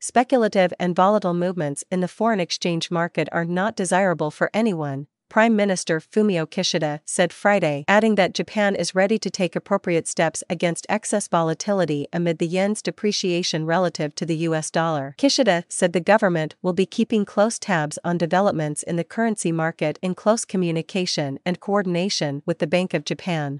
Speculative and volatile movements in the foreign exchange market are not desirable for anyone, Prime Minister Fumio Kishida said Friday, adding that Japan is ready to take appropriate steps against excess volatility amid the yen's depreciation relative to the US dollar. Kishida said the government will be keeping close tabs on developments in the currency market in close communication and coordination with the Bank of Japan.